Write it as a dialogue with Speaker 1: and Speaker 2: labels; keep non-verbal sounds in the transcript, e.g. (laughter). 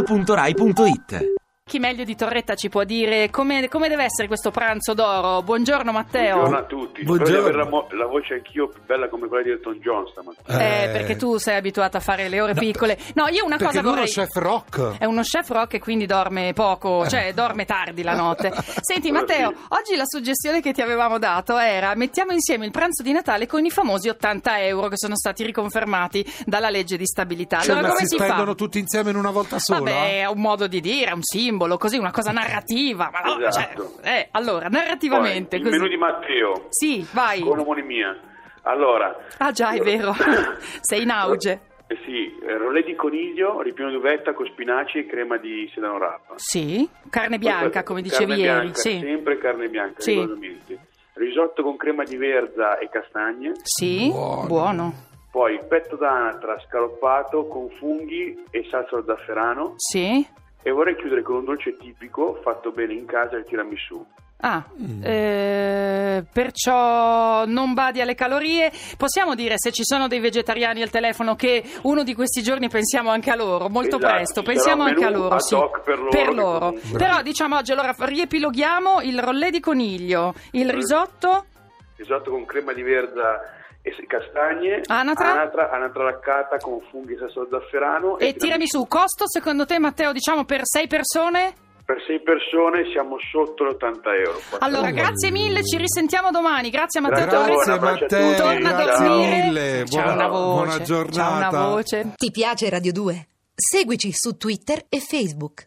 Speaker 1: radio2pod.rai.it
Speaker 2: Chi meglio di Torretta ci può dire come, come deve essere questo pranzo d'oro? Buongiorno Matteo.
Speaker 3: Buongiorno a tutti. Buongiorno. Spero di avere la, mo- la voce anch'io più bella come quella di Elton John stamattina.
Speaker 2: Eh, perché tu sei abituato a fare le ore piccole. No, io una
Speaker 4: Perché
Speaker 2: cosa
Speaker 4: lui è uno
Speaker 2: vorrei...
Speaker 4: chef rock. Eh.
Speaker 2: È uno chef rock e quindi dorme poco, cioè dorme tardi la
Speaker 4: (laughs)
Speaker 2: notte. Senti Matteo, oggi la suggestione che ti avevamo dato era mettiamo insieme il pranzo di Natale con i famosi 80 euro che sono stati riconfermati dalla legge di stabilità.
Speaker 4: Cioè,
Speaker 2: allora
Speaker 4: ma
Speaker 2: come
Speaker 4: si
Speaker 2: si fa?
Speaker 4: spendono tutti insieme in una volta sola?
Speaker 2: Vabbè, è un modo di dire, è un simbolo, così, una cosa narrativa. Ma no,
Speaker 3: Esatto.
Speaker 2: cioè, eh, allora, narrativamente
Speaker 3: Poi, il
Speaker 2: così.
Speaker 3: menù di Matteo.
Speaker 2: Sì, vai.
Speaker 3: Con omonimia. Allora.
Speaker 2: Ah già, è vero. Sei in auge.
Speaker 3: (laughs) Eh sì, eh, rolè di coniglio, ripieno d'uvetta con spinaci e crema di sedano rapa.
Speaker 2: Sì, carne bianca, come dicevi
Speaker 3: Carne
Speaker 2: ieri.
Speaker 3: bianca,
Speaker 2: sì.
Speaker 3: Sempre carne bianca,
Speaker 2: Sì.
Speaker 3: rigorosamente. Risotto con crema di verza e castagne.
Speaker 2: Sì, buono.
Speaker 3: Poi petto d'anatra scaloppato con funghi e salsa al zafferano.
Speaker 2: Sì.
Speaker 3: E vorrei chiudere con un dolce tipico fatto bene in casa, il tiramisù.
Speaker 2: Ah, eh, perciò non badi alle calorie. Possiamo dire se ci sono dei vegetariani al telefono che uno di questi giorni pensiamo anche a loro, molto
Speaker 3: Esatto,
Speaker 2: presto,
Speaker 3: ci
Speaker 2: pensiamo
Speaker 3: sarà un
Speaker 2: anche a
Speaker 3: menù
Speaker 2: loro.
Speaker 3: ad
Speaker 2: sì,
Speaker 3: hoc per loro, che
Speaker 2: loro.
Speaker 3: comunque-
Speaker 2: Però diciamo oggi allora riepiloghiamo il rollè di coniglio, il risotto.
Speaker 3: Risotto con crema di verza e s- castagne.
Speaker 2: Anatra?
Speaker 3: Anatra, anatra laccata con funghi e salsa al zafferano.
Speaker 2: E tirami su, costo secondo te Matteo diciamo per sei persone?
Speaker 3: Per sei persone siamo sotto le 80 euro.
Speaker 2: Allora
Speaker 4: Oh.
Speaker 2: grazie mille, ci risentiamo domani, grazie a Matteo
Speaker 3: Grazie,
Speaker 2: Torres.
Speaker 4: Grazie
Speaker 3: Torres.
Speaker 4: Matteo,
Speaker 2: Torna a
Speaker 4: grazie
Speaker 2: dormire.
Speaker 4: mille,
Speaker 2: C'ha
Speaker 4: buona,
Speaker 2: una voce,
Speaker 4: buona
Speaker 2: c'ha
Speaker 4: giornata.
Speaker 2: una voce.
Speaker 5: Ti piace Radio 2? Seguici su Twitter e Facebook.